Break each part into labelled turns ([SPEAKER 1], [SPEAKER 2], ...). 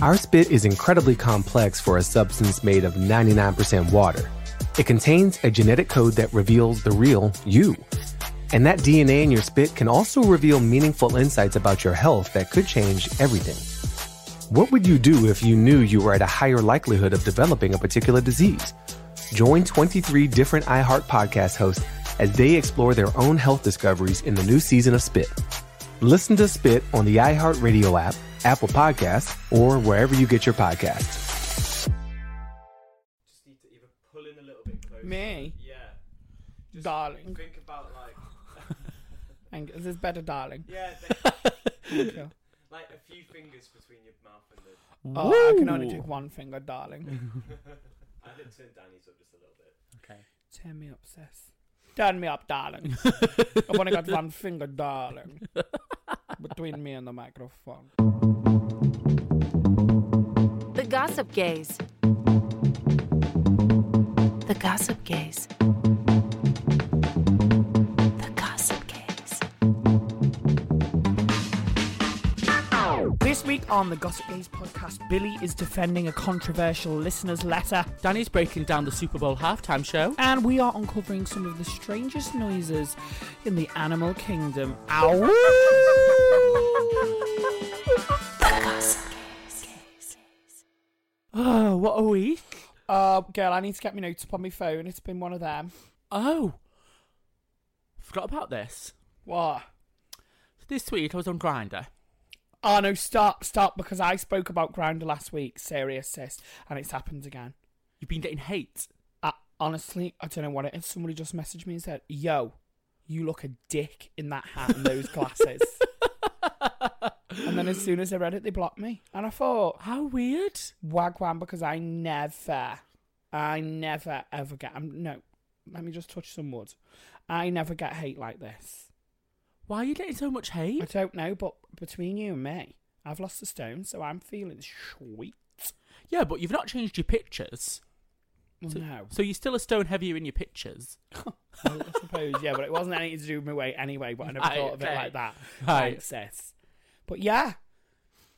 [SPEAKER 1] Our spit is incredibly complex for a substance made of 99% water. It contains a genetic code that reveals the real you. And that DNA in your spit can also reveal meaningful insights about your health that could change everything. What would you do if you knew you were at a higher likelihood of developing a particular disease? Join 23 different iHeart podcast hosts as they explore their own health discoveries in the new season of Spit. Listen to Spit on the iHeartRadio app, Apple Podcasts, or wherever you get your podcasts.
[SPEAKER 2] pull in a little bit closer.
[SPEAKER 3] Me?
[SPEAKER 2] Yeah.
[SPEAKER 3] darling.
[SPEAKER 2] Think about like
[SPEAKER 3] Hang- Is this better, darling?
[SPEAKER 2] yeah, they-
[SPEAKER 3] Okay.
[SPEAKER 2] like a few fingers between your mouth and the.
[SPEAKER 3] Oh, I can only do one finger, darling.
[SPEAKER 2] I did turn Danny's up just a little bit.
[SPEAKER 3] Turn me up, sis. Turn me up, darling. I've only got one finger, darling. Between me and the microphone.
[SPEAKER 4] The Gossip Gaze. The Gossip Gaze. The Gossip Gaze.
[SPEAKER 3] This week on the Gossip Gaze podcast, Billy is defending a controversial listener's letter,
[SPEAKER 5] Danny's breaking down the Super Bowl halftime show.
[SPEAKER 3] and we are uncovering some of the strangest noises in the animal kingdom. Ow!
[SPEAKER 4] The Gossip Gaze.
[SPEAKER 5] Oh, what a week.
[SPEAKER 3] Uh, girl, I need to get my notes up on my phone. It's been one of them.
[SPEAKER 5] Oh. Forgot about this.
[SPEAKER 3] What?
[SPEAKER 5] This week I was on Grinder.
[SPEAKER 3] Oh no, stop, stop, because I spoke about Grinder last week, serious sis, and it's happened again.
[SPEAKER 5] You've been getting hate.
[SPEAKER 3] I, honestly, I don't know what it is. Somebody just messaged me and said, Yo, you look a dick in that hat and those glasses. and then as soon as I read it, they blocked me. And I thought,
[SPEAKER 5] How weird.
[SPEAKER 3] Wagwan, because I never, I never ever get, um, no, let me just touch some wood. I never get hate like this.
[SPEAKER 5] Why are you getting so much
[SPEAKER 3] I
[SPEAKER 5] hate?
[SPEAKER 3] don't know, but between you and me, I've lost a stone, so I'm feeling sweet.
[SPEAKER 5] Yeah, but you've not changed your pictures.
[SPEAKER 3] Well,
[SPEAKER 5] So,
[SPEAKER 3] no.
[SPEAKER 5] so you're still a stone heavier in your pictures.
[SPEAKER 3] I suppose, yeah, but it wasn't anything to do with my weight anyway, but I never
[SPEAKER 5] Right,
[SPEAKER 3] thought of it
[SPEAKER 5] okay.
[SPEAKER 3] like that.
[SPEAKER 5] Right.
[SPEAKER 3] Thanks, sis. But yeah.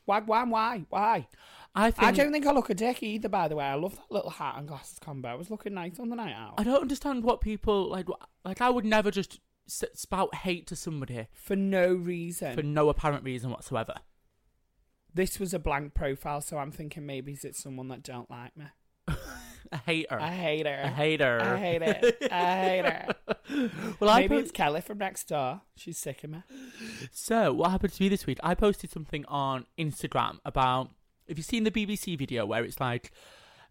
[SPEAKER 3] Wag wham, why? Why?
[SPEAKER 5] I think
[SPEAKER 3] I don't think I look a dick either, by the way. I love that little hat and glasses combo. I was looking nice on the night out.
[SPEAKER 5] I don't understand what people like. wh- Like I would never just s- spout hate to somebody
[SPEAKER 3] For no reason.
[SPEAKER 5] for no apparent reason whatsoever.
[SPEAKER 3] This was a blank profile, so I'm thinking maybe it's someone that don't like me.
[SPEAKER 5] A hater.
[SPEAKER 3] I hate her.
[SPEAKER 5] A hater.
[SPEAKER 3] I hate it. I hate her.
[SPEAKER 5] well, I
[SPEAKER 3] maybe
[SPEAKER 5] put-
[SPEAKER 3] it's Kelly from next door. She's sick of me.
[SPEAKER 5] So, what happened to me this week? I posted something on Instagram about if you've seen the BBC video where it's like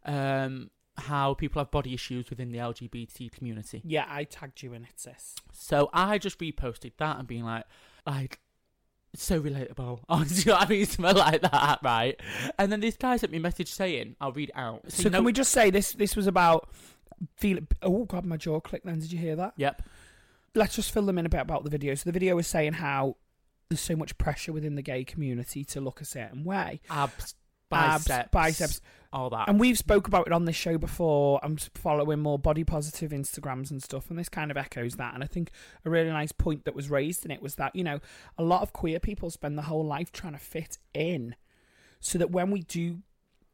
[SPEAKER 5] um, how people have body issues within the LGBT community.
[SPEAKER 3] Yeah, I tagged you in it, sis.
[SPEAKER 5] So I just reposted that and being like, like, so relatable. Honestly, I mean, something like that, right? And then this guy sent me a message saying, I'll read it out.
[SPEAKER 3] So,
[SPEAKER 5] you know-
[SPEAKER 3] can we just say this? This was about feel. Oh god, my jaw clicked. Then did you hear that?
[SPEAKER 5] Yep.
[SPEAKER 3] Let's just fill them in a bit about the video. So the video was saying how there's so much pressure within the gay community to look a certain way,
[SPEAKER 5] Abs,
[SPEAKER 3] Abs,
[SPEAKER 5] biceps,
[SPEAKER 3] biceps.
[SPEAKER 5] all that.
[SPEAKER 3] and we've spoke about it on this show before. I'm s- following more body positive Instagrams and stuff, and this kind of echoes that. And I think a really nice point that was raised in it was that you know a lot of queer people spend their whole life trying to fit in, so that when we do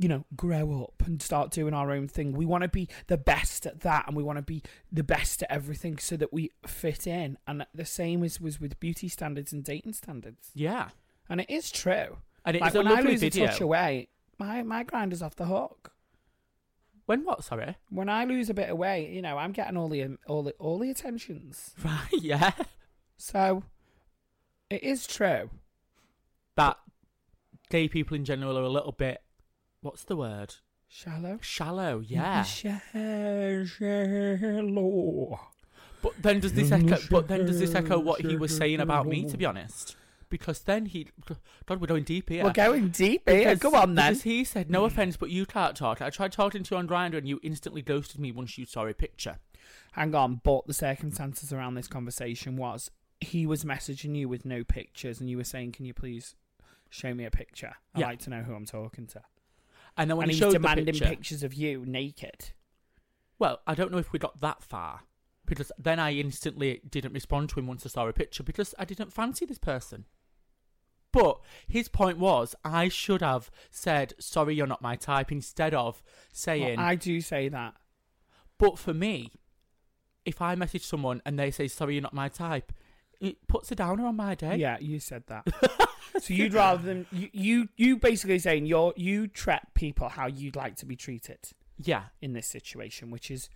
[SPEAKER 3] you know, grow up and start doing our own thing. We want to be the best at that and we want to be the best at everything so that we fit in. And the same as was with beauty standards and dating standards.
[SPEAKER 5] yeah.
[SPEAKER 3] and it is true.
[SPEAKER 5] And it's
[SPEAKER 3] like
[SPEAKER 5] a
[SPEAKER 3] when I
[SPEAKER 5] lovely
[SPEAKER 3] lose
[SPEAKER 5] video.
[SPEAKER 3] a touch away, my my grinder's off the hook.
[SPEAKER 5] When what? Sorry.
[SPEAKER 3] When I lose a bit of weight, you know, I'm getting all the all the all the attentions.
[SPEAKER 5] Right. Yeah.
[SPEAKER 3] So it is true.
[SPEAKER 5] That gay people in general are a little bit. What's the word?
[SPEAKER 3] Shallow.
[SPEAKER 5] Shallow. Yeah.
[SPEAKER 3] Shallow. Shallow.
[SPEAKER 5] But then does this echo? But then does this echo what he was saying about me? To be honest, because then he, God, we're going deep here.
[SPEAKER 3] We're going deep here.
[SPEAKER 5] Because-
[SPEAKER 3] Go on then.
[SPEAKER 5] Because he said, "No offense, but you can't talk." I tried talking to you on Grinder, and you instantly ghosted me once you saw a picture.
[SPEAKER 3] Hang on, but the circumstances around this conversation was he was messaging you with no pictures, and you were saying, "Can you please show me a picture? I'd
[SPEAKER 5] Yeah.
[SPEAKER 3] like to know who I'm talking to."
[SPEAKER 5] And then when
[SPEAKER 3] and
[SPEAKER 5] he
[SPEAKER 3] he's
[SPEAKER 5] showed
[SPEAKER 3] demanding
[SPEAKER 5] the picture,
[SPEAKER 3] pictures of you naked.
[SPEAKER 5] well, I don't know if we got that far because then I instantly didn't respond to him once I saw a picture because I didn't fancy this person. But his point was, I should have said, "Sorry, you're not my type," instead of
[SPEAKER 3] Well,
[SPEAKER 5] saying,
[SPEAKER 3] I do say that.
[SPEAKER 5] But for me, if I message someone and they say, sorry, you're not my type, it puts a downer on my day.
[SPEAKER 3] Yeah, you said that. so you'd rather than you, you, you basically saying you're you treat people how you'd like to be treated
[SPEAKER 5] Yeah.
[SPEAKER 3] in this situation, which is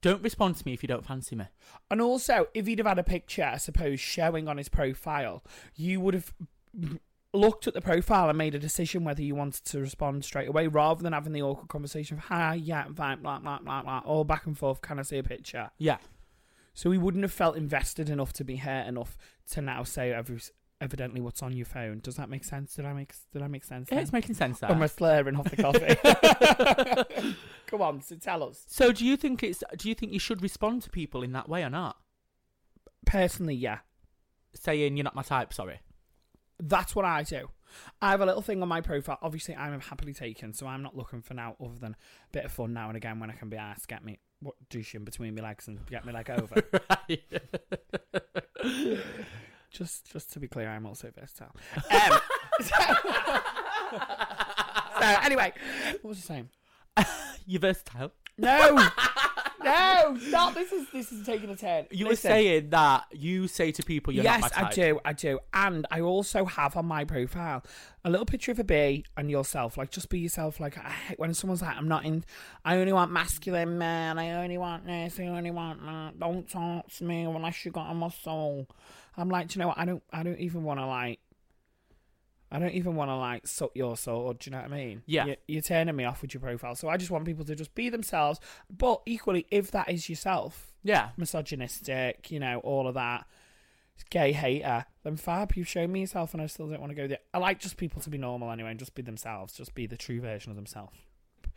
[SPEAKER 5] Don't respond to me if you don't fancy me.
[SPEAKER 3] And also, if he'd have had a picture, I suppose, showing on his profile, you would have looked at the profile and made a decision whether you wanted to respond straight away rather than having the awkward conversation of, hi, yeah, vibe, blah, blah, blah, blah, all back and forth, can I see a picture?
[SPEAKER 5] Yeah.
[SPEAKER 3] So he wouldn't have felt invested enough to be hurt enough to now say, every, evidently, what's on your phone. Does that make sense? Did I make, did I make sense?
[SPEAKER 5] It's making sense there.
[SPEAKER 3] I'm slurring off the coffee. Come on, so tell us.
[SPEAKER 5] so do you think it's do you think you should respond to people in that way or not?
[SPEAKER 3] Personally, yeah.
[SPEAKER 5] Saying you're not my type, sorry.
[SPEAKER 3] That's what I do. I have a little thing on my profile. Obviously, I'm happily taken, so I'm not looking for now other than a bit of fun now and again when I can be asked, get me what douche in between my legs and get me leg over.
[SPEAKER 5] Right.
[SPEAKER 3] just, just to be clear, I'm also versatile. Um, so, so anyway, what was I saying?
[SPEAKER 5] you're versatile.
[SPEAKER 3] No, no, not this is this is taking a turn.
[SPEAKER 5] You were
[SPEAKER 3] Listen.
[SPEAKER 5] saying that you say to people you're
[SPEAKER 3] yes,
[SPEAKER 5] not my type.
[SPEAKER 3] I do, I do, and I also have on my profile a little picture of a bee and yourself. Like, just be yourself. Like, I hate when someone's like, "I'm not in. I only want masculine men. I only want this. I only want that. Don't talk to me unless you got a muscle." I'm like, do you know what? I don't. I don't even want to like. I don't even want to like suck your sword. Do you know what I mean?
[SPEAKER 5] Yeah.
[SPEAKER 3] You, you're turning me off with your profile, so I just want people to just be themselves. But equally, if that is yourself,
[SPEAKER 5] Yeah.
[SPEAKER 3] misogynistic, you know, all of that. Gay hater, then fab, you've shown me yourself, and I still don't want to go there. I like just people to be normal anyway, and just be themselves, just be the true version of themselves.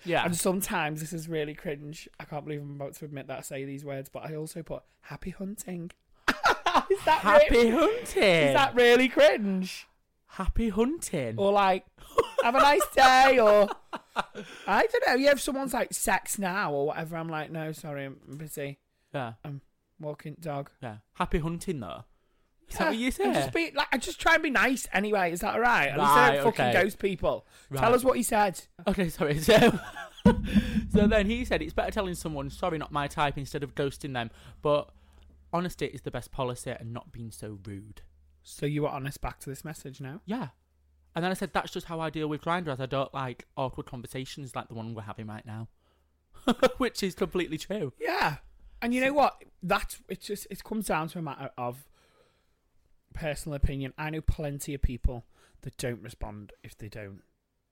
[SPEAKER 5] Yeah.
[SPEAKER 3] And sometimes this is really cringe. I can't believe I'm about to admit that I say these words, but I also put happy hunting. is that
[SPEAKER 5] Happy
[SPEAKER 3] really,
[SPEAKER 5] hunting.
[SPEAKER 3] Is that really cringe?
[SPEAKER 5] Happy hunting.
[SPEAKER 3] Or like, have a nice day, or I don't know. Yeah, if someone's like sex now or whatever, I'm like, no, sorry, I'm busy.
[SPEAKER 5] Yeah.
[SPEAKER 3] I'm walking dog.
[SPEAKER 5] Yeah. Happy hunting though. Is that what you
[SPEAKER 3] And
[SPEAKER 5] said?
[SPEAKER 3] Just be like, I just try and be nice anyway. Is that all right? And instead
[SPEAKER 5] Right,
[SPEAKER 3] of fucking
[SPEAKER 5] okay.
[SPEAKER 3] ghost people,
[SPEAKER 5] Right.
[SPEAKER 3] tell us what he said.
[SPEAKER 5] Okay, sorry. So, so then he said it's better telling someone, sorry, not my type, instead of ghosting them. But honesty is the best policy and not being so rude.
[SPEAKER 3] So you were honest back to this message now.
[SPEAKER 5] Yeah. And then I said, that's just how I deal with Grindr, as I don't like awkward conversations like the one we're having right now. Which is completely true.
[SPEAKER 3] Yeah, and you know what? That's it's just it comes down to a matter of personal opinion. I know plenty of people that don't respond if they don't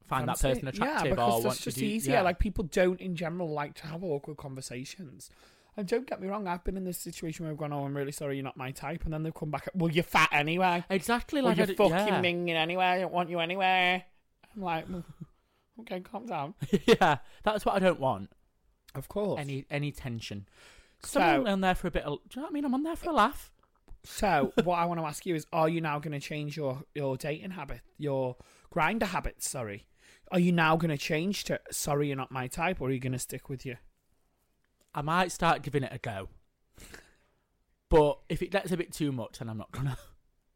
[SPEAKER 5] Find that
[SPEAKER 3] fancy
[SPEAKER 5] person
[SPEAKER 3] it. Yeah,
[SPEAKER 5] attractive
[SPEAKER 3] because
[SPEAKER 5] or want
[SPEAKER 3] that's
[SPEAKER 5] to
[SPEAKER 3] just
[SPEAKER 5] do-
[SPEAKER 3] easier.
[SPEAKER 5] yeah.
[SPEAKER 3] Like people don't in general like to have awkward conversations. And don't get me wrong, I've been in this situation where I've gone, "Oh, I'm really sorry, you're not my type," and then they've come back, "Well, you're fat anyway."
[SPEAKER 5] Exactly
[SPEAKER 3] Well,
[SPEAKER 5] like I
[SPEAKER 3] you're
[SPEAKER 5] did-
[SPEAKER 3] fucking
[SPEAKER 5] yeah.
[SPEAKER 3] minging anyway. I don't want you anyway. I'm like, "Well, okay, calm down.
[SPEAKER 5] yeah, that's what I don't want.
[SPEAKER 3] Of course.
[SPEAKER 5] Any any tension. So, I'm
[SPEAKER 3] so,
[SPEAKER 5] on there for a bit of, do you know what I mean? I'm on there for a laugh.
[SPEAKER 3] so what I want to ask you is, are you now going to change your your dating habit, your grinder habits? Sorry, are you now going to change to sorry you're not my type, or are you going to stick with you?
[SPEAKER 5] I might start giving it a go. But if it gets a bit too much, then I'm not gonna.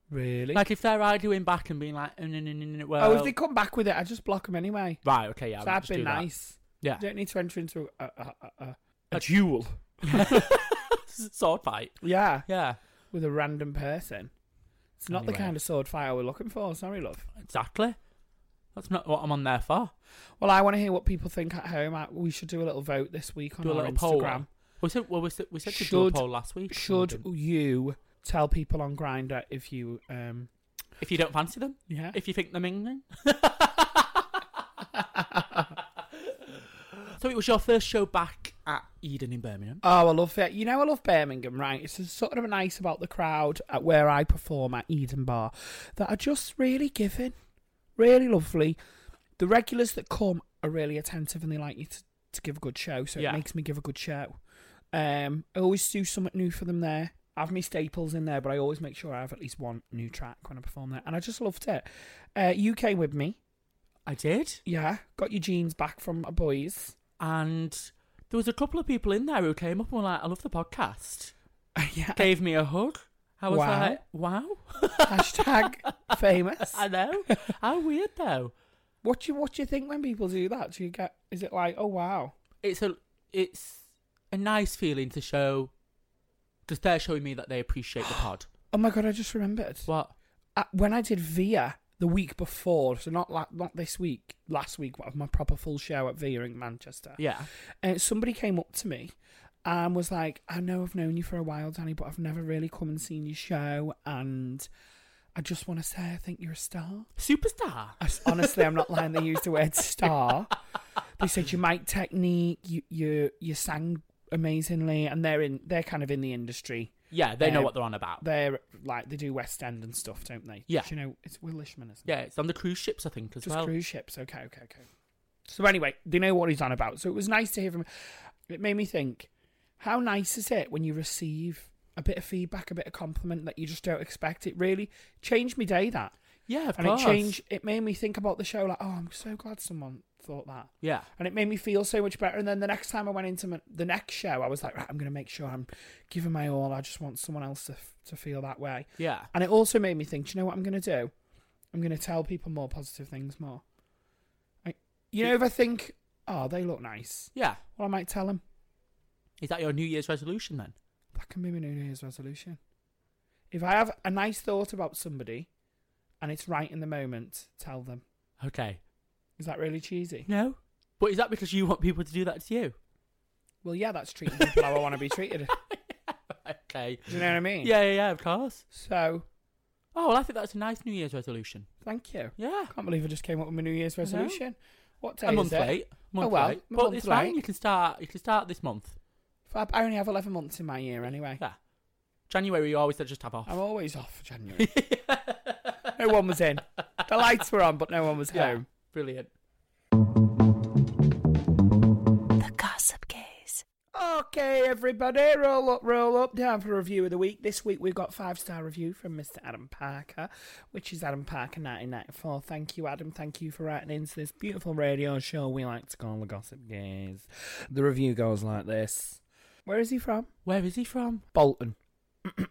[SPEAKER 3] Really?
[SPEAKER 5] Like if they're arguing back and being like, "Oh, no, no, no, no, well,
[SPEAKER 3] oh, if they come back with it, I just block them anyway.
[SPEAKER 5] right, okay, yeah,
[SPEAKER 3] so
[SPEAKER 5] I'll
[SPEAKER 3] I've
[SPEAKER 5] just
[SPEAKER 3] been
[SPEAKER 5] do that.
[SPEAKER 3] nice.
[SPEAKER 5] Yeah,
[SPEAKER 3] You don't need to enter into a a, a, a,
[SPEAKER 5] A-
[SPEAKER 3] a duel.
[SPEAKER 5] sword fight.
[SPEAKER 3] Yeah,
[SPEAKER 5] Yeah,
[SPEAKER 3] with a random person. It's not the
[SPEAKER 5] Anyway.
[SPEAKER 3] kind of sword fight I were looking for. Sorry, love.
[SPEAKER 5] Exactly. That's not what I'm on there for.
[SPEAKER 3] Well, I want to hear what people think at home. I, we should do a little vote this week on
[SPEAKER 5] do a
[SPEAKER 3] our
[SPEAKER 5] little
[SPEAKER 3] Instagram.
[SPEAKER 5] poll. We said, well, we said, we said to do a
[SPEAKER 3] Should-
[SPEAKER 5] poll last week. and we
[SPEAKER 3] Should
[SPEAKER 5] didn't.
[SPEAKER 3] you tell people on Grinder if you um
[SPEAKER 5] if you don't fancy them,
[SPEAKER 3] yeah
[SPEAKER 5] if you think they're mingling. so it was your first show back at Eden in Birmingham.
[SPEAKER 3] Oh, I love it. You know, I love Birmingham, right? It's just sort of nice about the crowd at where I perform at Eden Bar that are just really giving, really lovely. The regulars that come are really attentive and they like you to, to give a good show, so
[SPEAKER 5] Yeah.
[SPEAKER 3] it makes me give a good show. Um, I always do something new for them there. I have my staples in there, but I always make sure I have at least one new track when I perform there, and I just loved it. Uh, you came with me,
[SPEAKER 5] I did,
[SPEAKER 3] yeah. Got your jeans back from a boys.
[SPEAKER 5] and there was a couple of people in there who came up and were like, "I love the podcast."
[SPEAKER 3] yeah.
[SPEAKER 5] Gave me a hug. I was
[SPEAKER 3] Wow.
[SPEAKER 5] like, "Wow."
[SPEAKER 3] Hashtag famous.
[SPEAKER 5] I know. How weird though.
[SPEAKER 3] What do you what do you think when people do that? Do you get is it like oh wow?
[SPEAKER 5] it's a it's a nice feeling to show just they're showing me that they appreciate the pod.
[SPEAKER 3] Oh my god, I just remembered.
[SPEAKER 5] What?
[SPEAKER 3] Uh, when I did Via the week before, so not la- not this week, last week of my proper full show at Via in Manchester.
[SPEAKER 5] Yeah.
[SPEAKER 3] And somebody came up to me and was like, "I know I've known you for a while, Danny, but I've never really come and seen your show and I just want to say I think you're a star."
[SPEAKER 5] Superstar.
[SPEAKER 3] I s- honestly, I'm not lying. They used the word star. They said your mic technique, you you you sang amazingly, and they're in they're kind of in the industry.
[SPEAKER 5] Yeah, they know
[SPEAKER 3] Um,
[SPEAKER 5] what they're on about.
[SPEAKER 3] They're like they do West End and stuff, don't they?
[SPEAKER 5] Yeah.
[SPEAKER 3] Do you know it's Will Ishman, isn't
[SPEAKER 5] Yeah,
[SPEAKER 3] it?
[SPEAKER 5] it's on the cruise ships, I think, as
[SPEAKER 3] Just
[SPEAKER 5] well.
[SPEAKER 3] cruise ships. Okay, okay, okay. So anyway, they know what he's on about. So it was nice to hear from. It made me think, how nice is it when you receive a bit of feedback, a bit of compliment that you just don't expect? It really changed my day. That
[SPEAKER 5] Yeah, of
[SPEAKER 3] and
[SPEAKER 5] course.
[SPEAKER 3] it changed. It made me think about the show. Like, oh, I'm so glad someone thought that.
[SPEAKER 5] Yeah.
[SPEAKER 3] And it made me feel so much better. And then the next time I went into my, the next show, I was like, right, I'm going to make sure I'm giving my all. I just want someone else to, f- to feel that way.
[SPEAKER 5] Yeah.
[SPEAKER 3] And it also made me think, do you know what I'm going to do? I'm going to tell people more positive things more. I, you know, if I think, oh, they look nice,
[SPEAKER 5] Yeah.
[SPEAKER 3] well, I might tell them.
[SPEAKER 5] Is that your New Year's resolution then?
[SPEAKER 3] That can be my New Year's resolution. If I have a nice thought about somebody and it's right in the moment, tell them.
[SPEAKER 5] Okay.
[SPEAKER 3] Is that really cheesy?
[SPEAKER 5] No. But is that because you want people to do that to you?
[SPEAKER 3] Well, yeah, that's treating people how I want to be treated.
[SPEAKER 5] okay.
[SPEAKER 3] Do you know what I mean?
[SPEAKER 5] Yeah, yeah, yeah, of course.
[SPEAKER 3] So,
[SPEAKER 5] Oh, well, I think that's a nice New Year's resolution.
[SPEAKER 3] thank you.
[SPEAKER 5] Yeah.
[SPEAKER 3] I can't believe I just came up with my New Year's
[SPEAKER 5] I know.
[SPEAKER 3] resolution. What day
[SPEAKER 5] A month
[SPEAKER 3] is it?
[SPEAKER 5] late. A month
[SPEAKER 3] Oh, well,
[SPEAKER 5] late.
[SPEAKER 3] a
[SPEAKER 5] But
[SPEAKER 3] month
[SPEAKER 5] it's fine.
[SPEAKER 3] late.
[SPEAKER 5] You can start. You can start this month.
[SPEAKER 3] Fab. I only have 11 months in my year anyway.
[SPEAKER 5] Yeah. January, you always just have off.
[SPEAKER 3] I'm always off for January. no one was in. The lights were on, but no one was
[SPEAKER 5] Yeah,
[SPEAKER 3] home.
[SPEAKER 5] Brilliant.
[SPEAKER 4] The Gossip Gaze.
[SPEAKER 3] Okay, everybody, roll up, roll up, down for review of the week. This week we've got five star review from Mr. Adam Parker, which is Adam Parker 1994. Thank you, Adam. Thank you for writing into this beautiful radio show we like to call the Gossip Gaze. The review goes like this Where is he from?
[SPEAKER 5] Where is he from?
[SPEAKER 3] Bolton.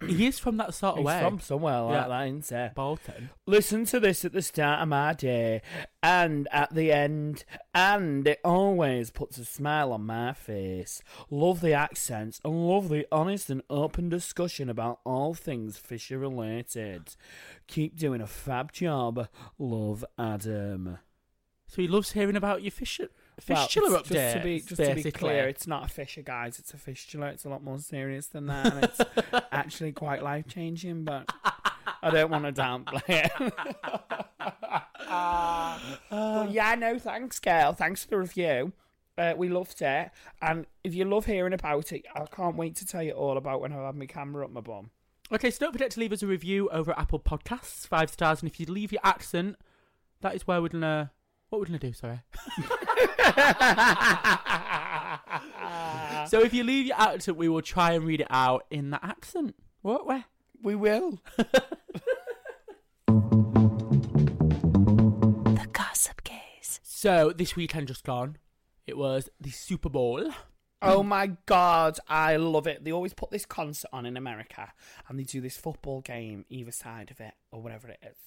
[SPEAKER 5] he is from that sort of
[SPEAKER 3] He's
[SPEAKER 5] way.
[SPEAKER 3] from somewhere like
[SPEAKER 5] Yeah.
[SPEAKER 3] that, isn't he?
[SPEAKER 5] Bolton.
[SPEAKER 3] Listen to this at the start of my day and at the end, and it always puts a smile on my face. Love the accents and love the honest and open discussion about all things Fisher related. Keep doing a fab job. Love Adam.
[SPEAKER 5] So he loves hearing about your fish
[SPEAKER 3] Well,
[SPEAKER 5] fistula
[SPEAKER 3] it's-
[SPEAKER 5] updates.
[SPEAKER 3] Just to be, just to be
[SPEAKER 5] basically.
[SPEAKER 3] clear, it's not a fisher, guys. It's a fistula. It's a lot more serious than that, and it's actually quite life changing. But I don't want to downplay it. But yeah, no, thanks, girl. Thanks for the review. Uh, we loved it, and if you love hearing about it, I can't wait to tell you all about when I have my camera up my bum.
[SPEAKER 5] Okay, so don't forget to leave us a review over at Apple Podcasts, five stars, and if you leave your accent, that is where we're gonna. What we're gonna do? Sorry.
[SPEAKER 3] Ah.
[SPEAKER 5] so if you leave your accent, we will try and read it out in that accent. What? Where?
[SPEAKER 3] We will.
[SPEAKER 4] The Gossip Gaze.
[SPEAKER 5] So this weekend just gone, it was the Super Bowl.
[SPEAKER 3] Oh my god, I love it. They always put this concert on in America and they do this football game either side of it or whatever it is.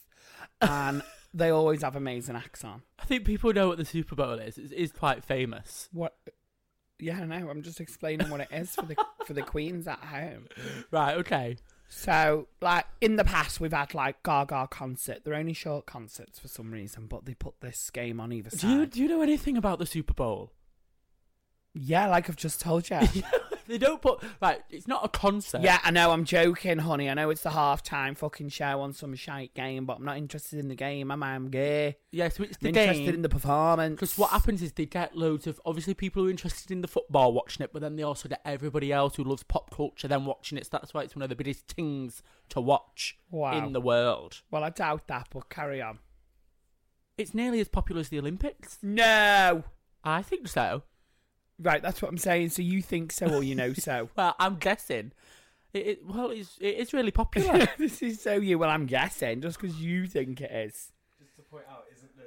[SPEAKER 3] And they always have amazing acts on.
[SPEAKER 5] I think people know what the Super Bowl is. It is quite famous.
[SPEAKER 3] What yeah, I know. I'm just explaining what it is for the for the queens at home.
[SPEAKER 5] Right, okay.
[SPEAKER 3] So, like in the past, we've had like Gaga concert. They're only short concerts for some reason, but they put this game on either
[SPEAKER 5] Do
[SPEAKER 3] side.
[SPEAKER 5] you do you know anything about the Super Bowl?
[SPEAKER 3] Yeah, like I've just told you.
[SPEAKER 5] they don't put like it's not a concert.
[SPEAKER 3] yeah, I know. I'm joking, honey. I know it's the halftime fucking show on some shite game, but I'm not interested in the game. Am I? I'm gay.
[SPEAKER 5] yeah. So it's the
[SPEAKER 3] I'm
[SPEAKER 5] game.
[SPEAKER 3] interested in the performance.
[SPEAKER 5] Because what happens is they get loads of obviously people who are interested in the football watching it, but then they also get everybody else who loves pop culture then watching it. So that's why it's one of the biggest things to watch
[SPEAKER 3] Wow.
[SPEAKER 5] in the world.
[SPEAKER 3] Well, I doubt that, but carry on.
[SPEAKER 5] It's nearly as popular as the Olympics.
[SPEAKER 3] No.
[SPEAKER 5] I think so.
[SPEAKER 3] Right, that's what I'm saying. So you think so, or you know so.
[SPEAKER 5] Well, I'm guessing. It, it well, it's it is really popular.
[SPEAKER 3] this is so you. Well, I'm guessing just because you think it is.
[SPEAKER 2] Just to point out, isn't the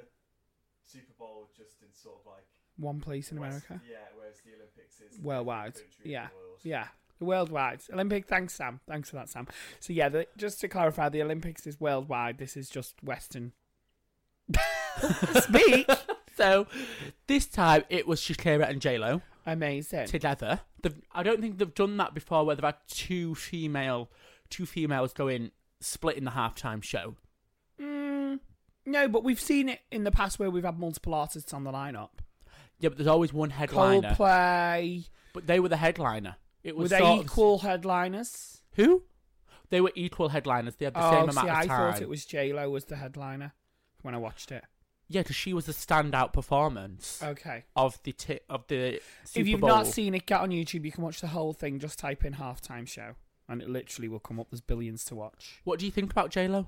[SPEAKER 2] Super Bowl just in sort of like
[SPEAKER 3] One place in
[SPEAKER 2] West-
[SPEAKER 3] America.
[SPEAKER 2] Yeah, whereas the Olympics is
[SPEAKER 3] worldwide.
[SPEAKER 2] country of the
[SPEAKER 3] Yeah,
[SPEAKER 2] world.
[SPEAKER 3] yeah. The worldwide Olympic. Thanks, Sam. Thanks for that, Sam. So yeah, the, just to clarify, the Olympics is worldwide. This is just Western. Speak.
[SPEAKER 5] so this time it was Shakira and J Lo
[SPEAKER 3] Amazing.
[SPEAKER 5] together. They've, I don't think they've done that before, where they've had two female, two females going split in the halftime show.
[SPEAKER 3] Mm, no, but we've seen it in the past where we've had multiple artists on the lineup.
[SPEAKER 5] Yeah, but there's always one headliner.
[SPEAKER 3] Coldplay.
[SPEAKER 5] But they were the headliner. It
[SPEAKER 3] Were
[SPEAKER 5] was
[SPEAKER 3] they
[SPEAKER 5] sort of-
[SPEAKER 3] equal headliners?
[SPEAKER 5] Who? They were equal headliners. They had the
[SPEAKER 3] oh,
[SPEAKER 5] same amount
[SPEAKER 3] see,
[SPEAKER 5] of
[SPEAKER 3] I
[SPEAKER 5] time.
[SPEAKER 3] thought it was J Lo was the headliner when I watched it.
[SPEAKER 5] Yeah, because she was the standout performance
[SPEAKER 3] Okay.
[SPEAKER 5] of the ti- of the Super
[SPEAKER 3] if you've
[SPEAKER 5] Bowl.
[SPEAKER 3] not seen it, get on YouTube. You can watch the whole thing. Just type in halftime show, and it literally will come up. There's billions to watch.
[SPEAKER 5] What do you think about J Lo?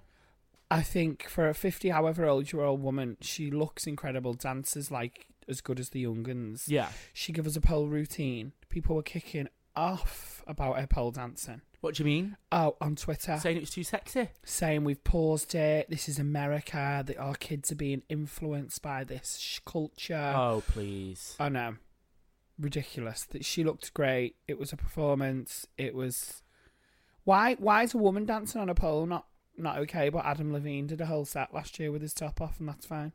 [SPEAKER 3] I think for a fifty, however old year old woman, she looks incredible. Dances like as good as the younguns.
[SPEAKER 5] Yeah.
[SPEAKER 3] She gave us a pole routine. People were kicking off about her pole dancing.
[SPEAKER 5] What do you mean?
[SPEAKER 3] Oh, on Twitter,
[SPEAKER 5] Saying it was too sexy.
[SPEAKER 3] saying we've paused it. This is America. That our kids are being influenced by this sh- culture.
[SPEAKER 5] oh please.
[SPEAKER 3] I know. Ridiculous. That she looked great. It was a performance. It was why why is a woman dancing on a pole not not okay, but Adam Levine did a whole set last year with his top off and that's fine.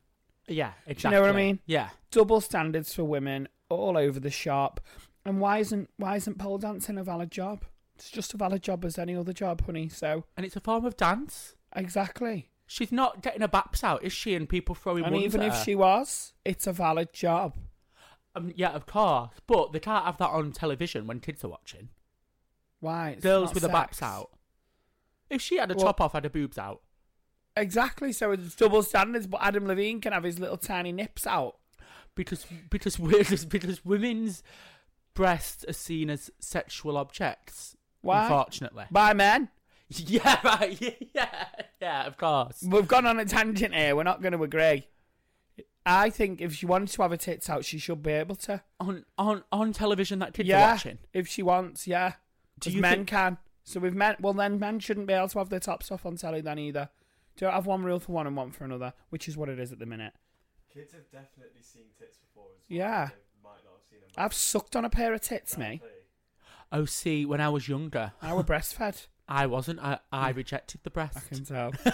[SPEAKER 5] yeah,
[SPEAKER 3] you
[SPEAKER 5] exactly.
[SPEAKER 3] know what I mean?
[SPEAKER 5] Yeah.
[SPEAKER 3] Double standards for women all over the shop. And why isn't why isn't pole dancing a valid job? It's just a valid job as any other job, honey. So
[SPEAKER 5] And it's a form of dance.
[SPEAKER 3] exactly.
[SPEAKER 5] She's not getting her baps out, is she? And people throwing
[SPEAKER 3] and
[SPEAKER 5] ones
[SPEAKER 3] even
[SPEAKER 5] at
[SPEAKER 3] if
[SPEAKER 5] her.
[SPEAKER 3] she was, it's a valid job.
[SPEAKER 5] Um, yeah, of course. But they can't have that on television when kids are watching.
[SPEAKER 3] Why? It's
[SPEAKER 5] Girls
[SPEAKER 3] not
[SPEAKER 5] with their backs
[SPEAKER 3] sex.
[SPEAKER 5] out. If she had a
[SPEAKER 3] Well-
[SPEAKER 5] top off, had her boobs out.
[SPEAKER 3] Exactly. So it's double standards, but Adam Levine can have his little tiny nips out.
[SPEAKER 5] because because we're just, because women's breasts are seen as sexual objects.
[SPEAKER 3] Why?
[SPEAKER 5] Unfortunately.
[SPEAKER 3] Bye, man.
[SPEAKER 5] yeah, right. Yeah, yeah, of course.
[SPEAKER 3] We've gone on a tangent here. We're not going to agree. I think if she wanted to have her tits out, she should be able to.
[SPEAKER 5] On on on television that kids are
[SPEAKER 3] yeah,
[SPEAKER 5] watching.
[SPEAKER 3] if she wants, yeah.
[SPEAKER 5] Do
[SPEAKER 3] Because
[SPEAKER 5] you
[SPEAKER 3] men
[SPEAKER 5] think-
[SPEAKER 3] can. So with men, well then men shouldn't be able to have their tops off on telly then either. Don't have one rule for one and one for another, which is what it is at the minute.
[SPEAKER 2] Kids have definitely seen tits before as well.
[SPEAKER 3] Yeah.
[SPEAKER 2] They might not have seen them.
[SPEAKER 3] I've sucked on a pair of tits, me.
[SPEAKER 2] Exactly.
[SPEAKER 5] Oh, see, when I was younger,
[SPEAKER 3] I were breastfed.
[SPEAKER 5] I wasn't. I, I rejected the breast.
[SPEAKER 3] Mm. I can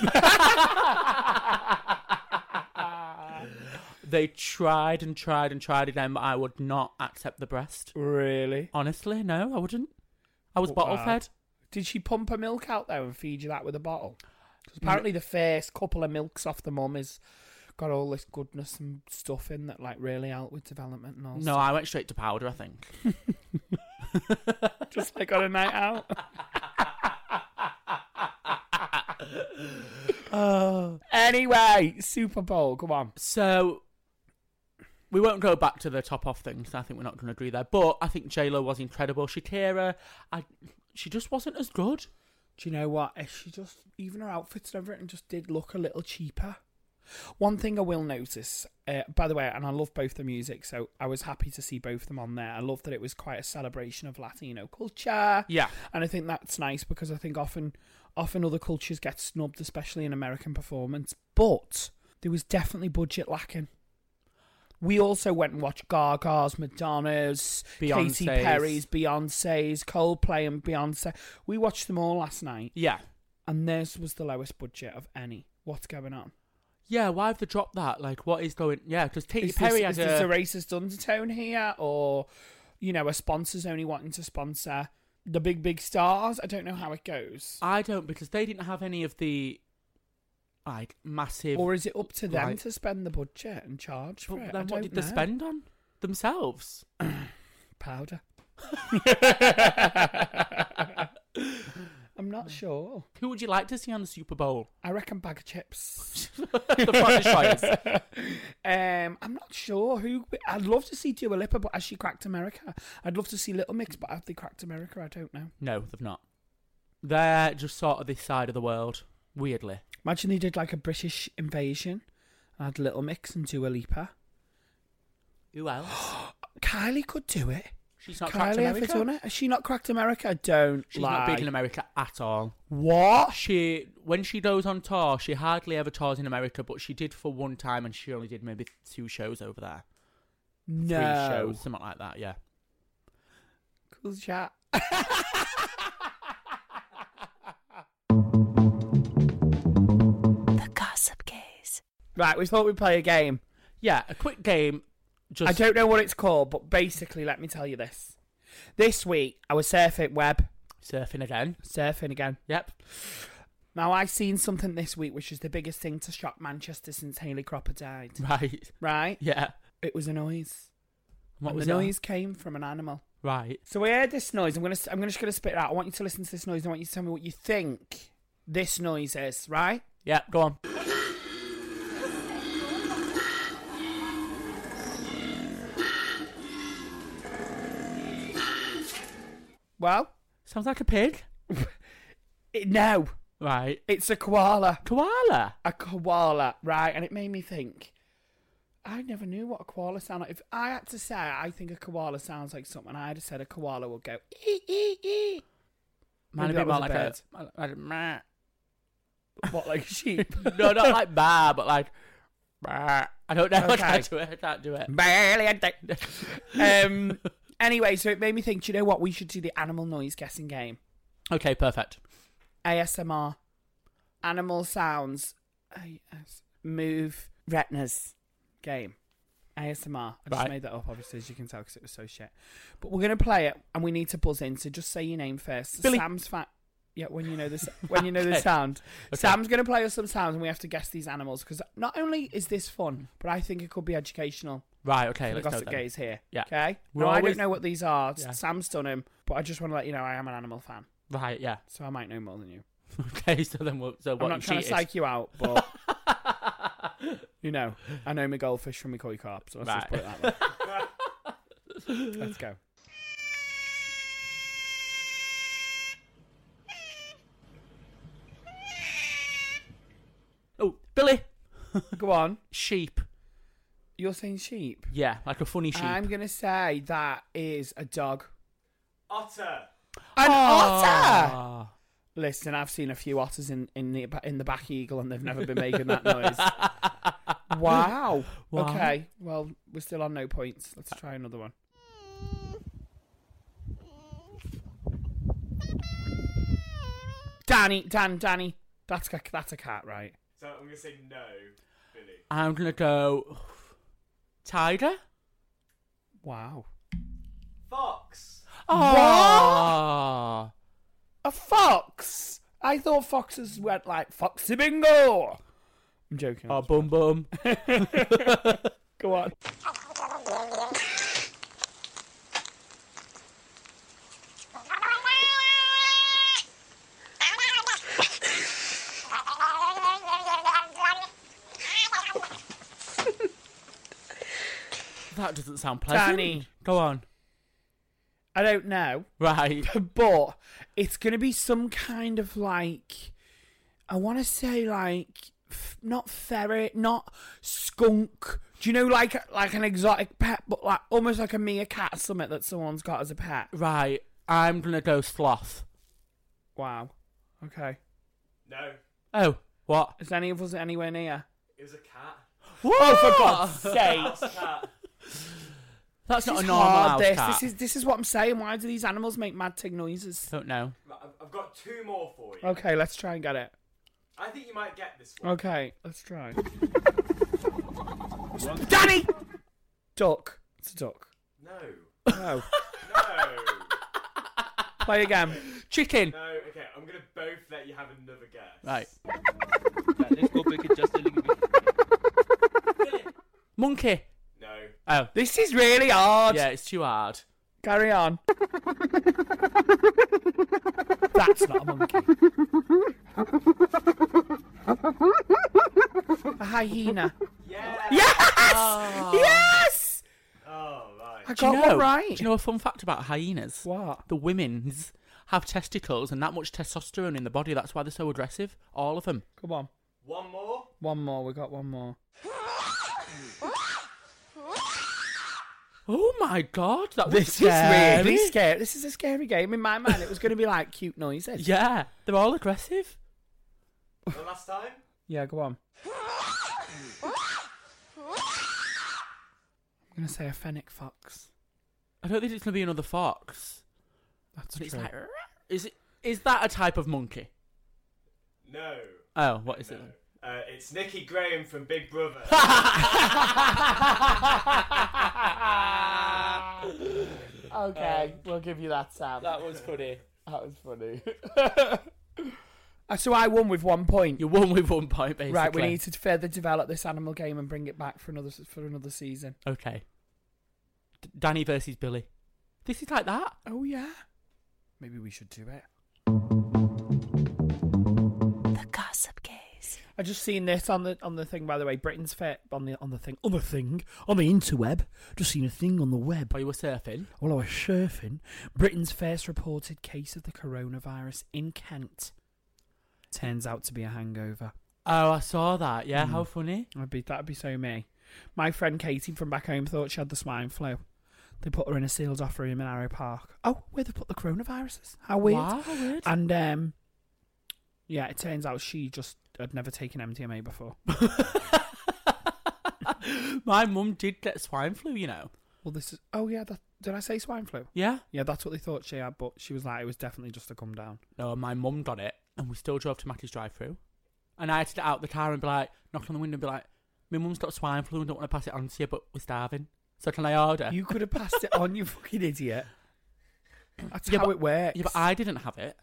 [SPEAKER 3] tell.
[SPEAKER 5] they tried and tried and tried again, but I would not accept the breast.
[SPEAKER 3] really?
[SPEAKER 5] Honestly, no, I wouldn't. I was
[SPEAKER 3] Wow.
[SPEAKER 5] bottle fed.
[SPEAKER 3] Did she pump her milk out though and feed you that with a bottle? 'Cause
[SPEAKER 5] Mm.
[SPEAKER 3] apparently the first couple of milks off the mum is got all this goodness and stuff in that like really help with development and all.
[SPEAKER 5] No, I went straight to powder. I think.
[SPEAKER 3] stuff. just like on a night out. Anyway, Super Bowl, come on.
[SPEAKER 5] So we won't go back to the top off thing 'cause I think we're not going to agree there. But I think J Lo was incredible. Shakira, I she just wasn't as good.
[SPEAKER 3] Do you know what? If she just even her outfits and everything just did look a little cheaper. One thing I will notice, uh, by the way, and I love both the music, so I was happy to see both of them on there. I love that it was quite a celebration of Latino culture.
[SPEAKER 5] Yeah.
[SPEAKER 3] and I think that's nice because I think often, often other cultures get snubbed, especially in American performance. But there was definitely budget lacking. We also went and watched Gaga's, Madonna's, Katy
[SPEAKER 5] Beyonce's.
[SPEAKER 3] Perry's, Beyonce's, Coldplay, and Beyonce. We watched them all last night,
[SPEAKER 5] Yeah,
[SPEAKER 3] and this was the lowest budget of any. What's going on?
[SPEAKER 5] yeah. Why have they dropped that? Like, what is going? Yeah, because Katy
[SPEAKER 3] Is,
[SPEAKER 5] Perry
[SPEAKER 3] this,
[SPEAKER 5] has
[SPEAKER 3] is this
[SPEAKER 5] a,
[SPEAKER 3] a racist undertone here, or you know, a sponsor's only wanting to sponsor the big big stars. I don't know how it goes,
[SPEAKER 5] I don't because they didn't have any of the like massive.
[SPEAKER 3] or is it up to them
[SPEAKER 5] Right.
[SPEAKER 3] to spend the budget and charge for
[SPEAKER 5] But
[SPEAKER 3] it? I
[SPEAKER 5] then what
[SPEAKER 3] don't
[SPEAKER 5] did
[SPEAKER 3] know.
[SPEAKER 5] they spend on themselves?
[SPEAKER 3] Powder. I'm not sure.
[SPEAKER 5] Who would you like to see on the Super Bowl?
[SPEAKER 3] I reckon bag of chips.
[SPEAKER 5] the franchise.
[SPEAKER 3] Um, I'm not sure who. I'd love to see Dua Lipa, but has she cracked America? I'd love to see Little Mix, but have they cracked America? I don't know.
[SPEAKER 5] No, they've not. They're just sort of this side of the world, weirdly.
[SPEAKER 3] Imagine they did like a British invasion. I had Little Mix and Dua Lipa.
[SPEAKER 5] Who else?
[SPEAKER 3] Kylie could do it.
[SPEAKER 5] She's not cracked
[SPEAKER 3] Kylie ever
[SPEAKER 5] America.
[SPEAKER 3] done it? Has she not cracked America? Don't
[SPEAKER 5] She's
[SPEAKER 3] lie.
[SPEAKER 5] not big in America at all.
[SPEAKER 3] What?
[SPEAKER 5] She when she goes on tour, she hardly ever tours in America, but she did for one time, and she only did maybe two shows over there,
[SPEAKER 3] No.
[SPEAKER 5] three shows, something like that. Yeah.
[SPEAKER 3] Cool chat.
[SPEAKER 4] The Gossip Gaze.
[SPEAKER 3] Right, we thought we'd play a game.
[SPEAKER 5] Yeah, a quick game. Just
[SPEAKER 3] I don't know what it's called, but basically, let me tell you this. This week, I was surfing web,
[SPEAKER 5] surfing again.
[SPEAKER 3] surfing again.
[SPEAKER 5] Yep.
[SPEAKER 3] Now I seen something this week which is the biggest thing to shock Manchester since Haley Cropper died.
[SPEAKER 5] Right.
[SPEAKER 3] Right?
[SPEAKER 5] Yeah.
[SPEAKER 3] It was a noise.
[SPEAKER 5] What
[SPEAKER 3] and
[SPEAKER 5] was
[SPEAKER 3] the
[SPEAKER 5] that?
[SPEAKER 3] noise came from an animal.
[SPEAKER 5] Right.
[SPEAKER 3] So we heard this noise. I'm gonna s- I'm gonna just gonna spit it out. I want you to listen to this noise. I want you to tell me what you think this noise is, right?
[SPEAKER 5] Yep. Go on.
[SPEAKER 3] Well,
[SPEAKER 5] Sounds like a pig.
[SPEAKER 3] it, no.
[SPEAKER 5] Right.
[SPEAKER 3] It's a koala.
[SPEAKER 5] Koala.
[SPEAKER 3] A koala, right? And it made me think. I never knew what a koala sounded like. If I had to say I think a koala sounds like something, I'd have said a koala would go ee ee ee.
[SPEAKER 5] Might
[SPEAKER 3] Maybe
[SPEAKER 5] have
[SPEAKER 3] that
[SPEAKER 5] been more
[SPEAKER 3] was
[SPEAKER 5] like
[SPEAKER 3] a
[SPEAKER 5] a, like a meh.
[SPEAKER 3] What like a sheep?
[SPEAKER 5] no, not like bah, but like bah. I don't know. I
[SPEAKER 3] Okay.
[SPEAKER 5] can't do it. I can't do it.
[SPEAKER 3] Barely a day. um. Anyway, so it made me think. Do you know what? We should do the animal noise guessing game.
[SPEAKER 5] Okay, perfect.
[SPEAKER 3] ASMR. Animal sounds. AS. Move retinas. Game. ASMR. I just
[SPEAKER 5] Right.
[SPEAKER 3] made that up, obviously, as you can tell, because it was so shit. But we're gonna play it, and we need to buzz in. So just say your name first.
[SPEAKER 5] Billy.
[SPEAKER 3] Sam's fat. Yeah, when you know this, when you know the
[SPEAKER 5] Okay.
[SPEAKER 3] sound,
[SPEAKER 5] Okay.
[SPEAKER 3] Sam's gonna play us some sounds, and we have to guess these animals because not only is this fun, but I think it could be educational.
[SPEAKER 5] Right.
[SPEAKER 3] for
[SPEAKER 5] Okay.
[SPEAKER 3] the
[SPEAKER 5] Let's go.
[SPEAKER 3] gossip
[SPEAKER 5] Then.
[SPEAKER 3] gays here.
[SPEAKER 5] Yeah.
[SPEAKER 3] Okay.
[SPEAKER 5] We're
[SPEAKER 3] Now, I
[SPEAKER 5] always-
[SPEAKER 3] don't know what these are.
[SPEAKER 5] Yeah.
[SPEAKER 3] Sam's done them, but I just want to let you know I am an animal fan,
[SPEAKER 5] Right. Yeah.
[SPEAKER 3] so I might know more than you.
[SPEAKER 5] Okay. So then, we'll, so what?
[SPEAKER 3] I'm not
[SPEAKER 5] you
[SPEAKER 3] trying to
[SPEAKER 5] cheated.
[SPEAKER 3] psych you out, but you know, I know my goldfish from my koi carp, so let's just put
[SPEAKER 5] Right.
[SPEAKER 3] it that way. let's go.
[SPEAKER 5] Oh, Billy.
[SPEAKER 3] Go on.
[SPEAKER 5] Sheep.
[SPEAKER 3] You're saying sheep.
[SPEAKER 5] Yeah, like a funny sheep.
[SPEAKER 3] I'm gonna say that is a dog.
[SPEAKER 2] Otter.
[SPEAKER 3] An otter.
[SPEAKER 5] Ah.
[SPEAKER 3] Listen, I've seen a few otters in, in the in the back eagle, and they've never been making that noise. wow.
[SPEAKER 5] Wow.
[SPEAKER 3] Okay. Well, we're still on no points. Let's try another one. Danny, Dan, Danny. That's a, that's a cat, right?
[SPEAKER 2] So I'm gonna say no, Billy.
[SPEAKER 5] I'm gonna go. Tiger.
[SPEAKER 3] Wow.
[SPEAKER 2] Fox.
[SPEAKER 5] Oh.
[SPEAKER 3] A fox. I thought foxes went like foxy bingo. I'm joking.
[SPEAKER 5] Oh, bum bum.
[SPEAKER 3] Go on.
[SPEAKER 5] That doesn't sound pleasant.
[SPEAKER 3] Danny.
[SPEAKER 5] Go on.
[SPEAKER 3] I don't know.
[SPEAKER 5] Right.
[SPEAKER 3] but it's going to be some kind of like I want to say like f- not ferret, not skunk. Do you know like like an exotic pet, but like almost like a meerkat, something that someone's got as a pet.
[SPEAKER 5] Right. I'm gonna go sloth.
[SPEAKER 3] Wow. Okay.
[SPEAKER 2] No,
[SPEAKER 5] Oh, what?
[SPEAKER 3] Is any of us anywhere near?
[SPEAKER 2] it was a cat.
[SPEAKER 5] Oh,
[SPEAKER 3] For God's sake!
[SPEAKER 2] House cat.
[SPEAKER 5] That's
[SPEAKER 3] This
[SPEAKER 5] not
[SPEAKER 3] is
[SPEAKER 5] a normal
[SPEAKER 3] hard.
[SPEAKER 5] house
[SPEAKER 3] This.
[SPEAKER 5] cat.
[SPEAKER 3] this is this is what I'm saying. Why do these animals make mad tick noises?
[SPEAKER 5] Don't know.
[SPEAKER 2] Right, I've- I've got two more for you.
[SPEAKER 3] Okay, let's try and get it.
[SPEAKER 2] I think you might get this one.
[SPEAKER 3] Okay, let's try. Danny! Duck. It's a duck.
[SPEAKER 2] No.
[SPEAKER 3] No.
[SPEAKER 2] No.
[SPEAKER 3] Play again.
[SPEAKER 5] Chicken.
[SPEAKER 2] No, okay, I'm gonna both let you have another guess.
[SPEAKER 5] Right.
[SPEAKER 6] Let's go back it just a little bit.
[SPEAKER 5] Monkey.
[SPEAKER 2] No.
[SPEAKER 5] Oh.
[SPEAKER 3] This is really hard.
[SPEAKER 5] Yeah, it's too hard.
[SPEAKER 3] Carry on. That's not a monkey. a hyena.
[SPEAKER 2] Yeah.
[SPEAKER 3] Yes!
[SPEAKER 2] Ah.
[SPEAKER 3] Yes!
[SPEAKER 2] Oh right.
[SPEAKER 3] I
[SPEAKER 5] Do
[SPEAKER 3] got
[SPEAKER 5] you know-
[SPEAKER 3] one right.
[SPEAKER 5] Do you know a fun fact about hyenas?
[SPEAKER 3] What?
[SPEAKER 5] The women's have testicles and that much testosterone in the body. That's why they're so aggressive. All of them.
[SPEAKER 3] Come on.
[SPEAKER 2] One more.
[SPEAKER 3] One more. We got one more.
[SPEAKER 5] Oh my god, that was
[SPEAKER 3] This
[SPEAKER 5] scary.
[SPEAKER 3] is really scary. This is a scary game. In my mind, it was going to be like cute noises.
[SPEAKER 5] Yeah, they're all aggressive.
[SPEAKER 2] The last time.
[SPEAKER 3] Yeah, go on. I'm going to say a fennec fox.
[SPEAKER 5] I don't think it's gonna be another fox.
[SPEAKER 3] That's
[SPEAKER 5] But it's
[SPEAKER 3] true.
[SPEAKER 5] like, "Rah." is it? Is that a type of monkey?
[SPEAKER 2] No.
[SPEAKER 5] Oh, what is it?
[SPEAKER 2] No. Uh, it's Nicky Graham from Big Brother.
[SPEAKER 3] okay, we'll give you that, Sam. That
[SPEAKER 5] was funny.
[SPEAKER 3] was funny. Uh, so I won with one point.
[SPEAKER 5] You won with one point, basically.
[SPEAKER 3] Right, we need to further develop this animal game and bring it back for another for another season.
[SPEAKER 5] Okay. D- Danny versus Billy. This is like that.
[SPEAKER 3] Oh yeah, maybe we should do it.
[SPEAKER 4] The Gossip Gaze.
[SPEAKER 3] I just seen this on the on the thing. By the way, Britain's fair on the on the thing on the thing on the interweb. Just seen a thing on the web
[SPEAKER 5] While you were surfing.
[SPEAKER 3] while I was surfing. Britain's first reported case of the coronavirus in Kent turns out to be a hangover.
[SPEAKER 5] Oh, I saw that. Yeah, how funny.
[SPEAKER 3] I'd be that'd be so me. My friend Katie from back home thought she had the swine flu. They put her in a sealed off room in Arrow Park. Oh, where they put the coronaviruses? How weird!
[SPEAKER 5] Wow, how weird.
[SPEAKER 3] And um, yeah, it turns out she just had never taken MDMA before.
[SPEAKER 5] My mum did get swine flu, you know.
[SPEAKER 3] Well, this is. Oh yeah, that, did I say swine flu?
[SPEAKER 5] Yeah.
[SPEAKER 3] Yeah, that's what they thought she had, but she was like, it was definitely just a come down.
[SPEAKER 5] No, and my mum got it, and we still drove to Mattie's drive-through. And I had to get out the car and be like, knock on the window and be like, my mum's got swine flu and don't want to pass it on to you, but we're starving. So can I order?
[SPEAKER 3] You could have passed it on, you fucking idiot. That's
[SPEAKER 5] Yeah,
[SPEAKER 3] how
[SPEAKER 5] but-
[SPEAKER 3] it works.
[SPEAKER 5] Yeah, but I didn't have it.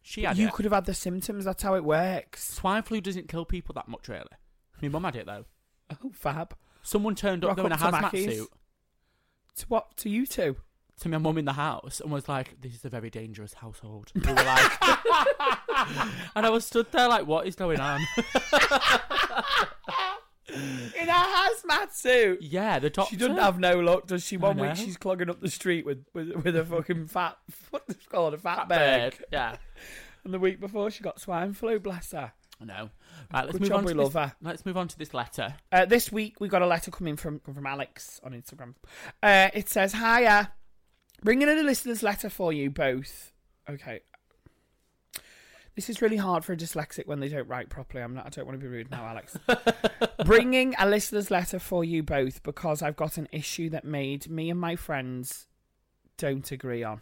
[SPEAKER 5] She had
[SPEAKER 3] you
[SPEAKER 5] it.
[SPEAKER 3] could have had the symptoms. That's how it works.
[SPEAKER 5] Swine flu doesn't kill people that much, really. My mum had it though.
[SPEAKER 3] Oh, fab.
[SPEAKER 5] Someone turned up
[SPEAKER 3] Rock
[SPEAKER 5] though in a
[SPEAKER 3] up to
[SPEAKER 5] hazmat
[SPEAKER 3] Mackey's.
[SPEAKER 5] suit
[SPEAKER 3] To what? To you two?
[SPEAKER 5] to my mum in the house and was like, "This is a very dangerous household." We were like- and I was stood there like, "What is going on?"
[SPEAKER 3] In a hazmat suit.
[SPEAKER 5] yeah, the doctor.
[SPEAKER 3] She doesn't have no luck, does she? One
[SPEAKER 5] know.
[SPEAKER 3] week she's clogging up the street with with, with a fucking fat what is called a fat, bag.
[SPEAKER 5] bird. Yeah.
[SPEAKER 3] And the week before, she got swine flu. Bless her.
[SPEAKER 5] I know. Right, let's
[SPEAKER 3] Good
[SPEAKER 5] move
[SPEAKER 3] job
[SPEAKER 5] on.
[SPEAKER 3] we
[SPEAKER 5] to
[SPEAKER 3] love
[SPEAKER 5] this,
[SPEAKER 3] her.
[SPEAKER 5] Let's move on to this letter.
[SPEAKER 3] Uh, this week we got a letter coming from from Alex on Instagram. Uh, it says, "Hiya, bringing in a listener's letter for you both." Okay. This is really hard for a dyslexic when they don't write properly. I'm not. I don't want to be rude now, Alex. bringing a listener's letter for you both because I've got an issue that made me and my friends don't agree on.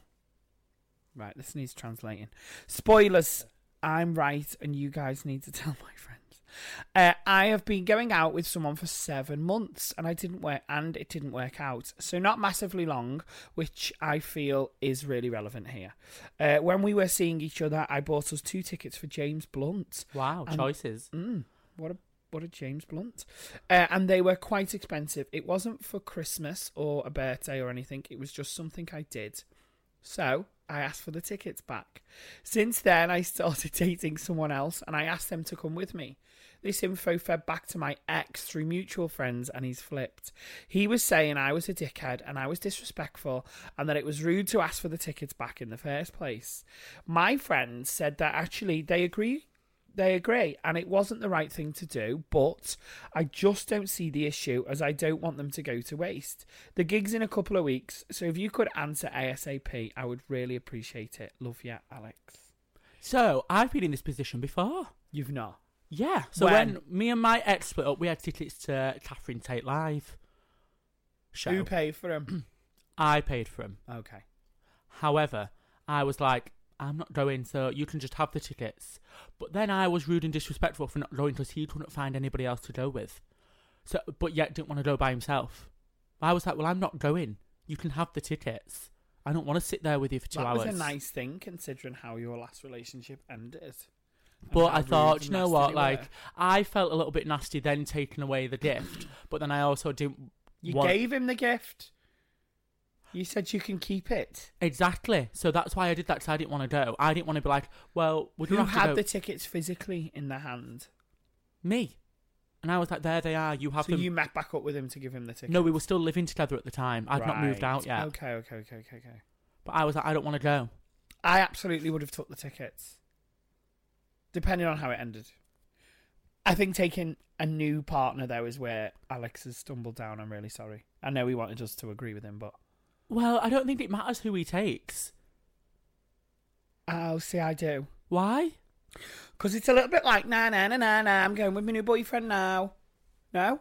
[SPEAKER 3] Right, this needs translating. Spoilers. I'm right, and you guys need to tell my friends. Uh, I have been going out with someone for seven months, and I didn't work, and it didn't work out. So not massively long, which I feel is really relevant here. Uh, when we were seeing each other, I bought us two tickets for James Blunt.
[SPEAKER 5] Wow,
[SPEAKER 3] And-
[SPEAKER 5] choices.
[SPEAKER 3] Mm, what a what a James Blunt. Uh, and they were quite expensive. It wasn't for Christmas or a birthday or anything. It was just something I did. So I asked for the tickets back. Since then, I started dating someone else, and I asked them to come with me. This info fed back to my ex through mutual friends, and he's flipped. He was saying I was a dickhead and I was disrespectful, and that it was rude to ask for the tickets back in the first place. My friends said that actually they agree they agree and it wasn't the right thing to do but i just don't see the issue as i don't want them to go to waste the gig's in a couple of weeks so if you could answer asap i would really appreciate it love ya alex
[SPEAKER 5] So I've been in this position before.
[SPEAKER 3] you've not
[SPEAKER 5] Yeah. So
[SPEAKER 3] When?
[SPEAKER 5] when, me and my ex split up, we had tickets to Catherine Tate Live show.
[SPEAKER 3] who paid for him
[SPEAKER 5] I paid for them.
[SPEAKER 3] okay
[SPEAKER 5] However, I was like, I'm not going, so you can just have the tickets. But then I was rude and disrespectful for not going because he couldn't find anybody else to go with. So, but yet didn't want to go by himself. I was like, well, I'm not going. You can have the tickets. I don't want to sit there with you for two
[SPEAKER 3] that
[SPEAKER 5] hours.
[SPEAKER 3] was a nice thing considering how your last relationship ended. And
[SPEAKER 5] But
[SPEAKER 3] how
[SPEAKER 5] I thought,
[SPEAKER 3] rude
[SPEAKER 5] you
[SPEAKER 3] and
[SPEAKER 5] know
[SPEAKER 3] nasty
[SPEAKER 5] what?
[SPEAKER 3] they
[SPEAKER 5] Like,
[SPEAKER 3] were.
[SPEAKER 5] I felt a little bit nasty then taking away the gift, but then I also didn't.
[SPEAKER 3] you
[SPEAKER 5] want...
[SPEAKER 3] gave him the gift. You said you can keep it.
[SPEAKER 5] exactly, so that's why I did that. 'cause I didn't want to go. I didn't want to be like, well, we
[SPEAKER 3] Who
[SPEAKER 5] don't have to
[SPEAKER 3] had
[SPEAKER 5] go.
[SPEAKER 3] the tickets physically in their hand?
[SPEAKER 5] Me, and I was like, there they are. You have
[SPEAKER 3] so
[SPEAKER 5] them.
[SPEAKER 3] you met back up with him to give him the ticket.
[SPEAKER 5] No, we were still living together at the time. I'd not moved
[SPEAKER 3] Right.
[SPEAKER 5] out yet,
[SPEAKER 3] Okay, okay, okay, okay, okay.
[SPEAKER 5] but I was like, I don't want to go.
[SPEAKER 3] I absolutely would have took the tickets, depending on how it ended. I think taking a new partner though is where Alex has stumbled down. I'm really sorry. I know he wanted us to agree with him, but
[SPEAKER 5] Well, I don't think it matters who he takes.
[SPEAKER 3] oh, see, I do
[SPEAKER 5] Why?
[SPEAKER 3] because it's a little bit like nah, nah, nah, nah, nah. I'm going with my new boyfriend now. No,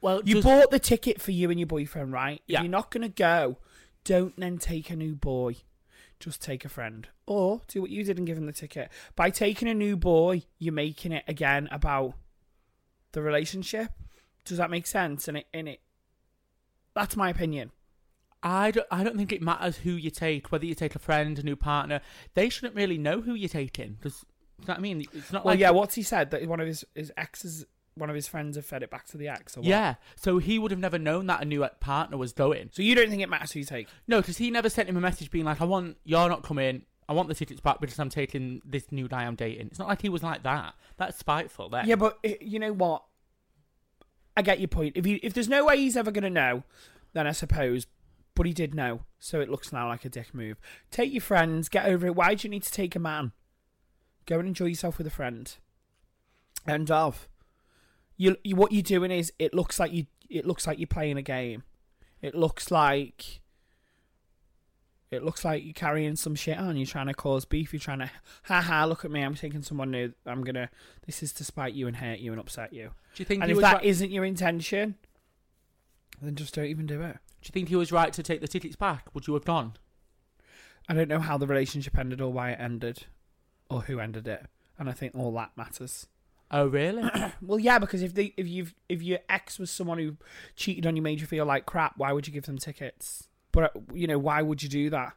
[SPEAKER 5] Well,
[SPEAKER 3] you
[SPEAKER 5] does-
[SPEAKER 3] bought the ticket for you and your boyfriend, right? If
[SPEAKER 5] Yeah.
[SPEAKER 3] you're not gonna go, don't then take a new boy. Just take a friend, or do what you did and give him the ticket. By taking a new boy, you're making it again about the relationship. Does that make sense? And it, and it, that's my opinion.
[SPEAKER 5] I don't, I don't think it matters who you take, whether you take a friend, a new partner. They shouldn't really know who you're taking. Because, you know what I mean? It's not
[SPEAKER 3] well,
[SPEAKER 5] like.
[SPEAKER 3] yeah. What's he said that one of his his exes, one of his friends, have fed it back to the ex. Or what?
[SPEAKER 5] Yeah. So he would have never known that a new uh, partner was going.
[SPEAKER 3] So you don't think it matters who you take?
[SPEAKER 5] No, because he never sent him a message being like, I want, you're not coming. I want the tickets back because I'm taking this new guy I'm dating. It's not like he was like that. That's spiteful there.
[SPEAKER 3] Yeah, but i- you know what? I get your point. If you, if there's no way he's ever going to know, then I suppose. But he did know, so it looks now like a dick move. Take your friends, get over it. Why do you need to take a man? Go and enjoy yourself with a friend. End of. You, you what you're doing is it looks like you it looks like you're playing a game. It looks like it looks like you're carrying some shit on. You're trying to cause beef. You're trying to, ha ha, look at me. I'm taking someone new. I'm gonna. This is to spite you and hurt you and upset you.
[SPEAKER 5] Do you think
[SPEAKER 3] and
[SPEAKER 5] he
[SPEAKER 3] if
[SPEAKER 5] was
[SPEAKER 3] that
[SPEAKER 5] right-
[SPEAKER 3] not your intention, then just don't even do it.
[SPEAKER 5] Do you think he was right to take the tickets back? Would you have gone?
[SPEAKER 3] I don't know how the relationship ended or why it ended, or who ended it. And I think all that matters.
[SPEAKER 5] Oh, really?
[SPEAKER 3] Well, yeah, because if they if you have if your ex was someone who cheated on you, made you feel like crap, why would you give them tickets? But uh, you know, why would you do that?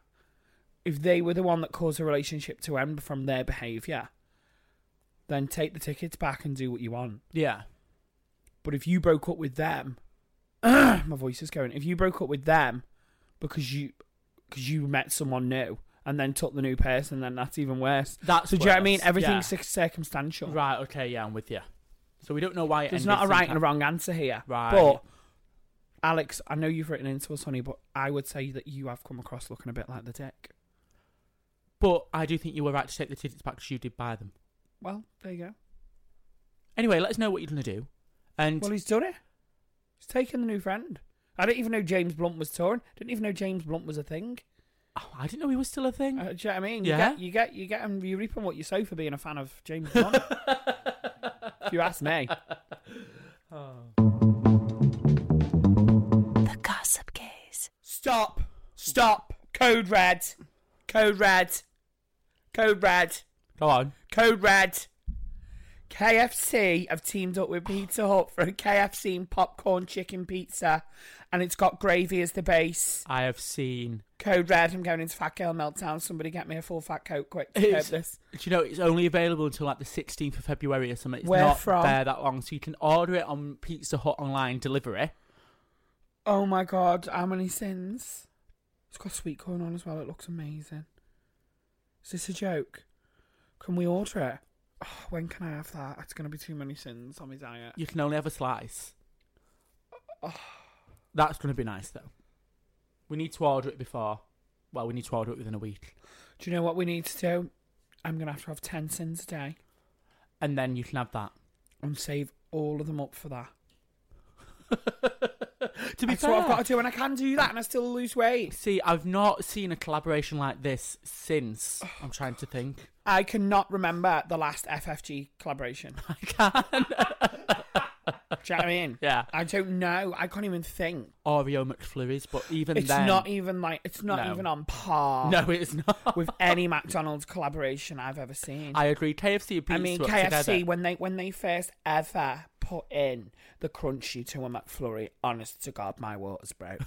[SPEAKER 3] If they were the one that caused the relationship to end from their behaviour, then take the tickets back and do what you want.
[SPEAKER 5] yeah.
[SPEAKER 3] But if you broke up with them, my voice is going. If you broke up with them because you because you met someone new and then took the new person, then that's even worse.
[SPEAKER 5] That's
[SPEAKER 3] so. Do you know what I mean?
[SPEAKER 5] worse,
[SPEAKER 3] Everything's
[SPEAKER 5] yeah.
[SPEAKER 3] cir- circumstantial.
[SPEAKER 5] Right, okay, yeah, I'm with you. So we don't know why it
[SPEAKER 3] There's
[SPEAKER 5] ended
[SPEAKER 3] not a right
[SPEAKER 5] sometime-
[SPEAKER 3] and a wrong answer here.
[SPEAKER 5] Right.
[SPEAKER 3] But Alex, I know you've written into us, honey, but I would say that you have come across looking a bit like the dick.
[SPEAKER 5] But I do think you were right to take the tickets back because you did buy them.
[SPEAKER 3] Well, there you go.
[SPEAKER 5] Anyway, let us know what you're going to do. And
[SPEAKER 3] Well, he's done it. He's taken the new friend. I didn't even know James Blunt was touring. Didn't even know James Blunt was a thing.
[SPEAKER 5] oh, I didn't know he was still a thing.
[SPEAKER 3] Uh, do you know what I mean?
[SPEAKER 5] Yeah.
[SPEAKER 3] You get, you get, you get, and you reap on what you sow for being a fan of James Blunt. if you ask me.
[SPEAKER 4] The Gossip Gaze.
[SPEAKER 3] Stop. Stop. Code red. Code red. Code red.
[SPEAKER 5] Go on.
[SPEAKER 3] Code Red. KFC have teamed up with Pizza Hut for a KFC and popcorn chicken pizza, and it's got gravy as the base.
[SPEAKER 5] I have seen.
[SPEAKER 3] Code Red. I'm going into Fat Girl Meltdown. Somebody get me a full fat coke quick. To curb
[SPEAKER 5] It's, do
[SPEAKER 3] this.
[SPEAKER 5] you know, it's only available until like the 16th of February or something. It's
[SPEAKER 3] Where
[SPEAKER 5] not
[SPEAKER 3] from?
[SPEAKER 5] there that long. So you can order it on Pizza Hut online delivery.
[SPEAKER 3] Oh my god, how many sins? It's got sweet corn on as well. It looks amazing. Is this a joke? Can we order it? Oh, when can I have that? It's going to be too many sins on my diet.
[SPEAKER 5] You can only have a slice. That's going to be nice, though. We need to order it before. Well, we need to order it within a week.
[SPEAKER 3] Do you know what we need to do? I'm going to have to have 10 sins a day.
[SPEAKER 5] And then you can have that.
[SPEAKER 3] and save all of them up for that.
[SPEAKER 5] To be
[SPEAKER 3] That's
[SPEAKER 5] fair,
[SPEAKER 3] what I've got to do, and I can do that, and I still lose weight.
[SPEAKER 5] See, I've not seen a collaboration like this since. I'm trying to think.
[SPEAKER 3] I cannot remember the last FFG collaboration.
[SPEAKER 5] I can.
[SPEAKER 3] Do you know what I mean?
[SPEAKER 5] uh, Yeah.
[SPEAKER 3] I don't know. I can't even think.
[SPEAKER 5] Oreo McFlurries, but even
[SPEAKER 3] It's
[SPEAKER 5] then,
[SPEAKER 3] not even like it's not
[SPEAKER 5] No.
[SPEAKER 3] even on par
[SPEAKER 5] No, it's not.
[SPEAKER 3] with any McDonald's collaboration I've ever seen.
[SPEAKER 5] I agree. KFC and Pizza
[SPEAKER 3] I mean,
[SPEAKER 5] Hut
[SPEAKER 3] KFC
[SPEAKER 5] together.
[SPEAKER 3] when they when they first ever put in the crunchy to a McFlurry, honest to God, my waters broke.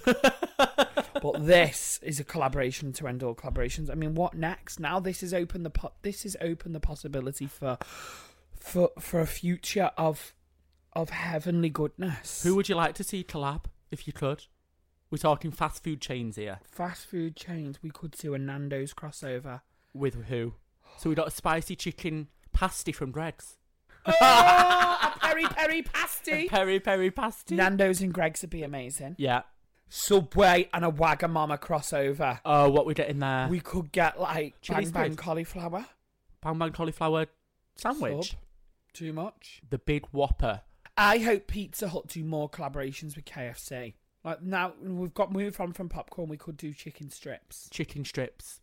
[SPEAKER 3] but this is a collaboration to end all collaborations. I mean, what next? Now this is open the po- this is open the possibility for for for a future of of heavenly goodness.
[SPEAKER 5] Who would you like to see collab if you could? We're talking fast food chains here.
[SPEAKER 3] Fast food chains. We could do a Nando's crossover.
[SPEAKER 5] With who? So we got a spicy chicken pasty from Greg's.
[SPEAKER 3] oh, a peri peri pasty.
[SPEAKER 5] A peri peri pasty.
[SPEAKER 3] Nando's and Greg's would be amazing.
[SPEAKER 5] Yeah.
[SPEAKER 3] Subway and a Wagamama crossover.
[SPEAKER 5] Oh, what we get in there?
[SPEAKER 3] We could get like
[SPEAKER 5] Chili
[SPEAKER 3] bang bang
[SPEAKER 5] squid.
[SPEAKER 3] cauliflower
[SPEAKER 5] Bang bang cauliflower sandwich.
[SPEAKER 3] Sub. Too much.
[SPEAKER 5] The big whopper.
[SPEAKER 3] I hope Pizza Hut do more collaborations with KFC. Like now we've got moved on from popcorn, we could do chicken strips
[SPEAKER 5] Chicken strips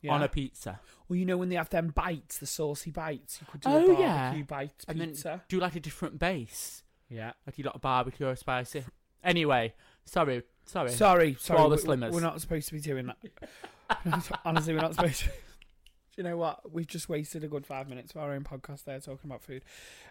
[SPEAKER 3] Yeah.
[SPEAKER 5] on a pizza.
[SPEAKER 3] Well, you know when they have them bites, the saucy bites, you could do a
[SPEAKER 5] oh
[SPEAKER 3] barbecue
[SPEAKER 5] yeah.
[SPEAKER 3] bites
[SPEAKER 5] and
[SPEAKER 3] pizza.
[SPEAKER 5] then do like a different base.
[SPEAKER 3] yeah.
[SPEAKER 5] Like you got a barbecue or a spicy. Anyway, sorry, sorry,
[SPEAKER 3] Sorry,
[SPEAKER 5] To
[SPEAKER 3] sorry.
[SPEAKER 5] all the
[SPEAKER 3] we-
[SPEAKER 5] slimmers.
[SPEAKER 3] We're not supposed to be doing that. Honestly, we're not supposed to. Do you know what? We've just wasted a good five minutes of our own podcast there talking about food.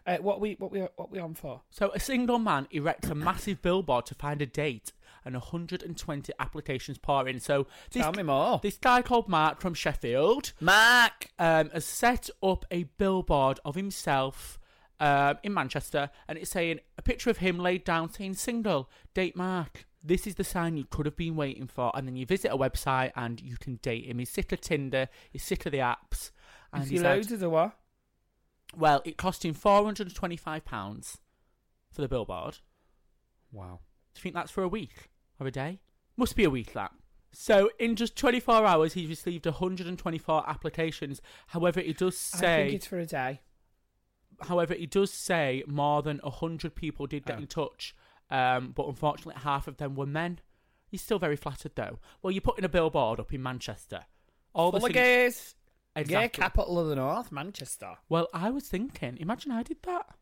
[SPEAKER 3] Uh, what we what we what we on for?
[SPEAKER 5] So a single man erects a massive billboard to find a date, and 120 applications pour in. So this,
[SPEAKER 3] Tell me more.
[SPEAKER 5] This guy called Mark from Sheffield
[SPEAKER 3] Oh. Mark.
[SPEAKER 5] um, has set up a billboard of himself um, in Manchester, and it's saying a picture of him laid down saying "single date Mark." This is the sign you could have been waiting for, and then you visit a website and you can date him. He's sick of Tinder, he's sick of the apps, and
[SPEAKER 3] Is he
[SPEAKER 5] he's like,
[SPEAKER 3] loaded or what?
[SPEAKER 5] well, it cost him four hundred and twenty-five pounds for the billboard.
[SPEAKER 3] Wow.
[SPEAKER 5] Do you think that's for a week or a day? Must be a week that. So in just 24 hours, he's received 124 applications. However, it does
[SPEAKER 3] I
[SPEAKER 5] say,
[SPEAKER 3] think it's for a day.
[SPEAKER 5] however, it does say more than 100 people did get
[SPEAKER 3] Oh.
[SPEAKER 5] in touch, um, but unfortunately, half of them were men. He's still very flattered though. Well, you're putting a billboard up in Manchester. All
[SPEAKER 3] Full
[SPEAKER 5] the
[SPEAKER 3] of
[SPEAKER 5] things-
[SPEAKER 3] gays. Yeah,
[SPEAKER 5] Exactly.
[SPEAKER 3] capital of the north, Manchester.
[SPEAKER 5] Well, I was thinking, imagine I did that.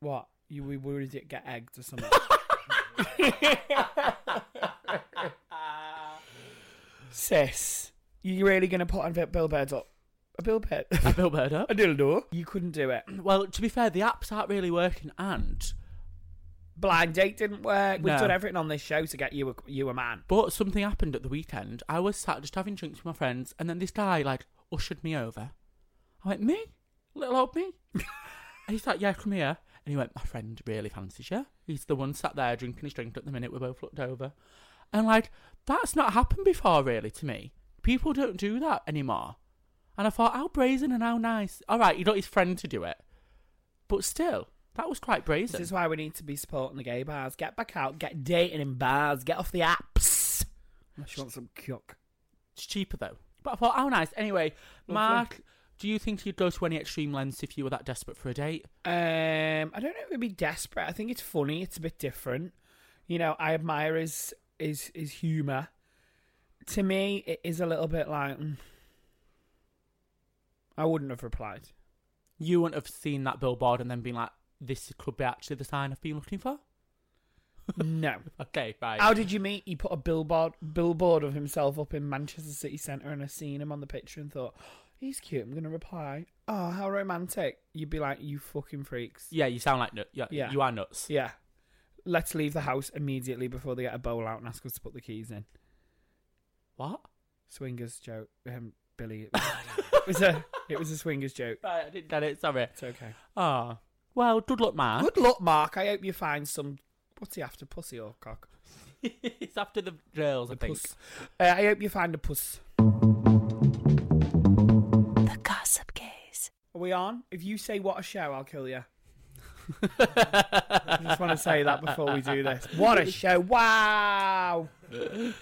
[SPEAKER 3] What? You were worried it get egged or something? Sis, you really gonna put on billboards up? A billboard?
[SPEAKER 5] I billboard up.
[SPEAKER 3] a dildo? You couldn't do it.
[SPEAKER 5] Well, to be fair, the apps aren't really working, and
[SPEAKER 3] Blind date didn't work. We've
[SPEAKER 5] No.
[SPEAKER 3] done everything on this show to get you a you a man.
[SPEAKER 5] But something happened at the weekend. I was sat just having drinks with my friends, and then this guy like ushered me over. I went, "Me, little old me." and he's like, "Yeah, come here." And he went, "My friend really fancies you. He's the one sat there drinking his drink at the minute. We're both looked over, and like that's not happened before, really, to me. People don't do that anymore." And I thought, how brazen and how nice. All right, you got his friend to do it, but still, that was quite
[SPEAKER 3] This
[SPEAKER 5] brazen.
[SPEAKER 3] is why we need to be supporting the gay bars. Get back out. Get dating in bars. Get off the apps. Unless you want some cuck.
[SPEAKER 5] It's cheaper though. But I thought, how nice. Anyway,
[SPEAKER 3] Lovely.
[SPEAKER 5] Mark, do you think you'd go to any extreme lengths if you were that desperate for a date?
[SPEAKER 3] Um, I don't know if it'd be desperate. I think it's funny. It's a bit different. You know, I admire his his his humor. To me, it is a little bit like mm. I wouldn't have replied.
[SPEAKER 5] You wouldn't have seen that billboard and then been like, this could be actually the sign I've been looking for.
[SPEAKER 3] No.
[SPEAKER 5] Okay, right.
[SPEAKER 3] How did you meet? He put a billboard billboard of himself up in Manchester city centre, and I seen him on the picture and thought, he's cute. I'm gonna reply. Oh, how romantic! You'd be like, you fucking freaks.
[SPEAKER 5] yeah, you sound like nut. Yeah,
[SPEAKER 3] Yeah.
[SPEAKER 5] you are nuts.
[SPEAKER 3] Yeah. Let's leave the house immediately before they get a bowl out and ask us to put the keys in.
[SPEAKER 5] What?
[SPEAKER 3] swingers joke. Um, Billy, it was- it was a it was a swingers joke.
[SPEAKER 5] Right, I didn't get it. Sorry.
[SPEAKER 3] It's okay.
[SPEAKER 5] Ah, well, good luck, Mark.
[SPEAKER 3] Good luck, Mark. I hope you find some. What's he after, pussy or cock?
[SPEAKER 5] it's after the girls, I
[SPEAKER 3] A
[SPEAKER 5] think.
[SPEAKER 3] puss. Uh, I hope you find a puss.
[SPEAKER 4] The Gossip Gaze.
[SPEAKER 3] Are we on? If you say what a show, I'll kill you. I just want to say that before we do this. What a show! Wow,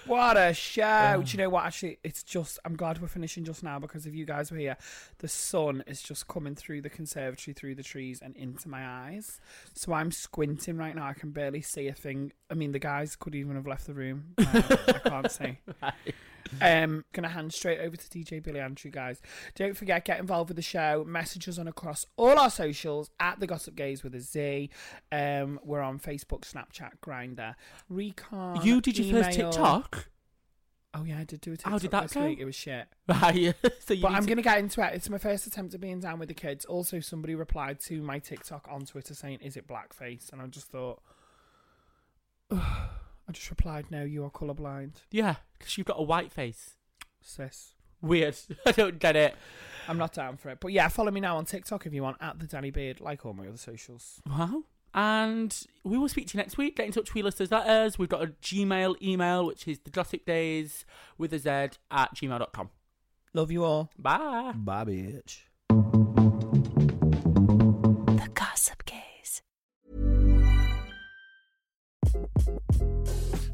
[SPEAKER 3] what a show! Do you know what? Actually, it's just I'm glad we're finishing just now because if you guys were here, the sun is just coming through the conservatory, through the trees, and into my eyes. So I'm squinting right now. I can barely see a thing. I mean, the guys could even have left the room. I, I can't see. Um, gonna hand straight over to DJ Billy Andrew, guys. Don't forget, get involved with the show. Message us on across all our socials at the Gossip Gays with a Z. Um, we're on Facebook, Snapchat, Grinder, Recon.
[SPEAKER 5] You did your first
[SPEAKER 3] email-
[SPEAKER 5] TikTok?
[SPEAKER 3] Oh yeah, I did do a TikTok.
[SPEAKER 5] How did that
[SPEAKER 3] this
[SPEAKER 5] go?
[SPEAKER 3] Week. It was shit.
[SPEAKER 5] Right. so you
[SPEAKER 3] But
[SPEAKER 5] need
[SPEAKER 3] I'm
[SPEAKER 5] to-
[SPEAKER 3] going to get into it. It's my first attempt at being down with the kids. Also, somebody replied to my TikTok on Twitter saying, Is it blackface? And I just thought, I just replied, no, you are colourblind.
[SPEAKER 5] Yeah, because you've got a white face.
[SPEAKER 3] Sis.
[SPEAKER 5] Weird. I don't get it.
[SPEAKER 3] I'm not down for it. But yeah, follow me now on TikTok if you want, at the Danny Beard, like all my other socials.
[SPEAKER 5] Wow. And we will speak to you next week. Get in touch with us as letters. We've got a Gmail email, which is the Gossip Days with a Z at gmail.com.
[SPEAKER 3] Love you all.
[SPEAKER 5] Bye.
[SPEAKER 7] Bye, bitch.
[SPEAKER 4] The Gossip Gaze.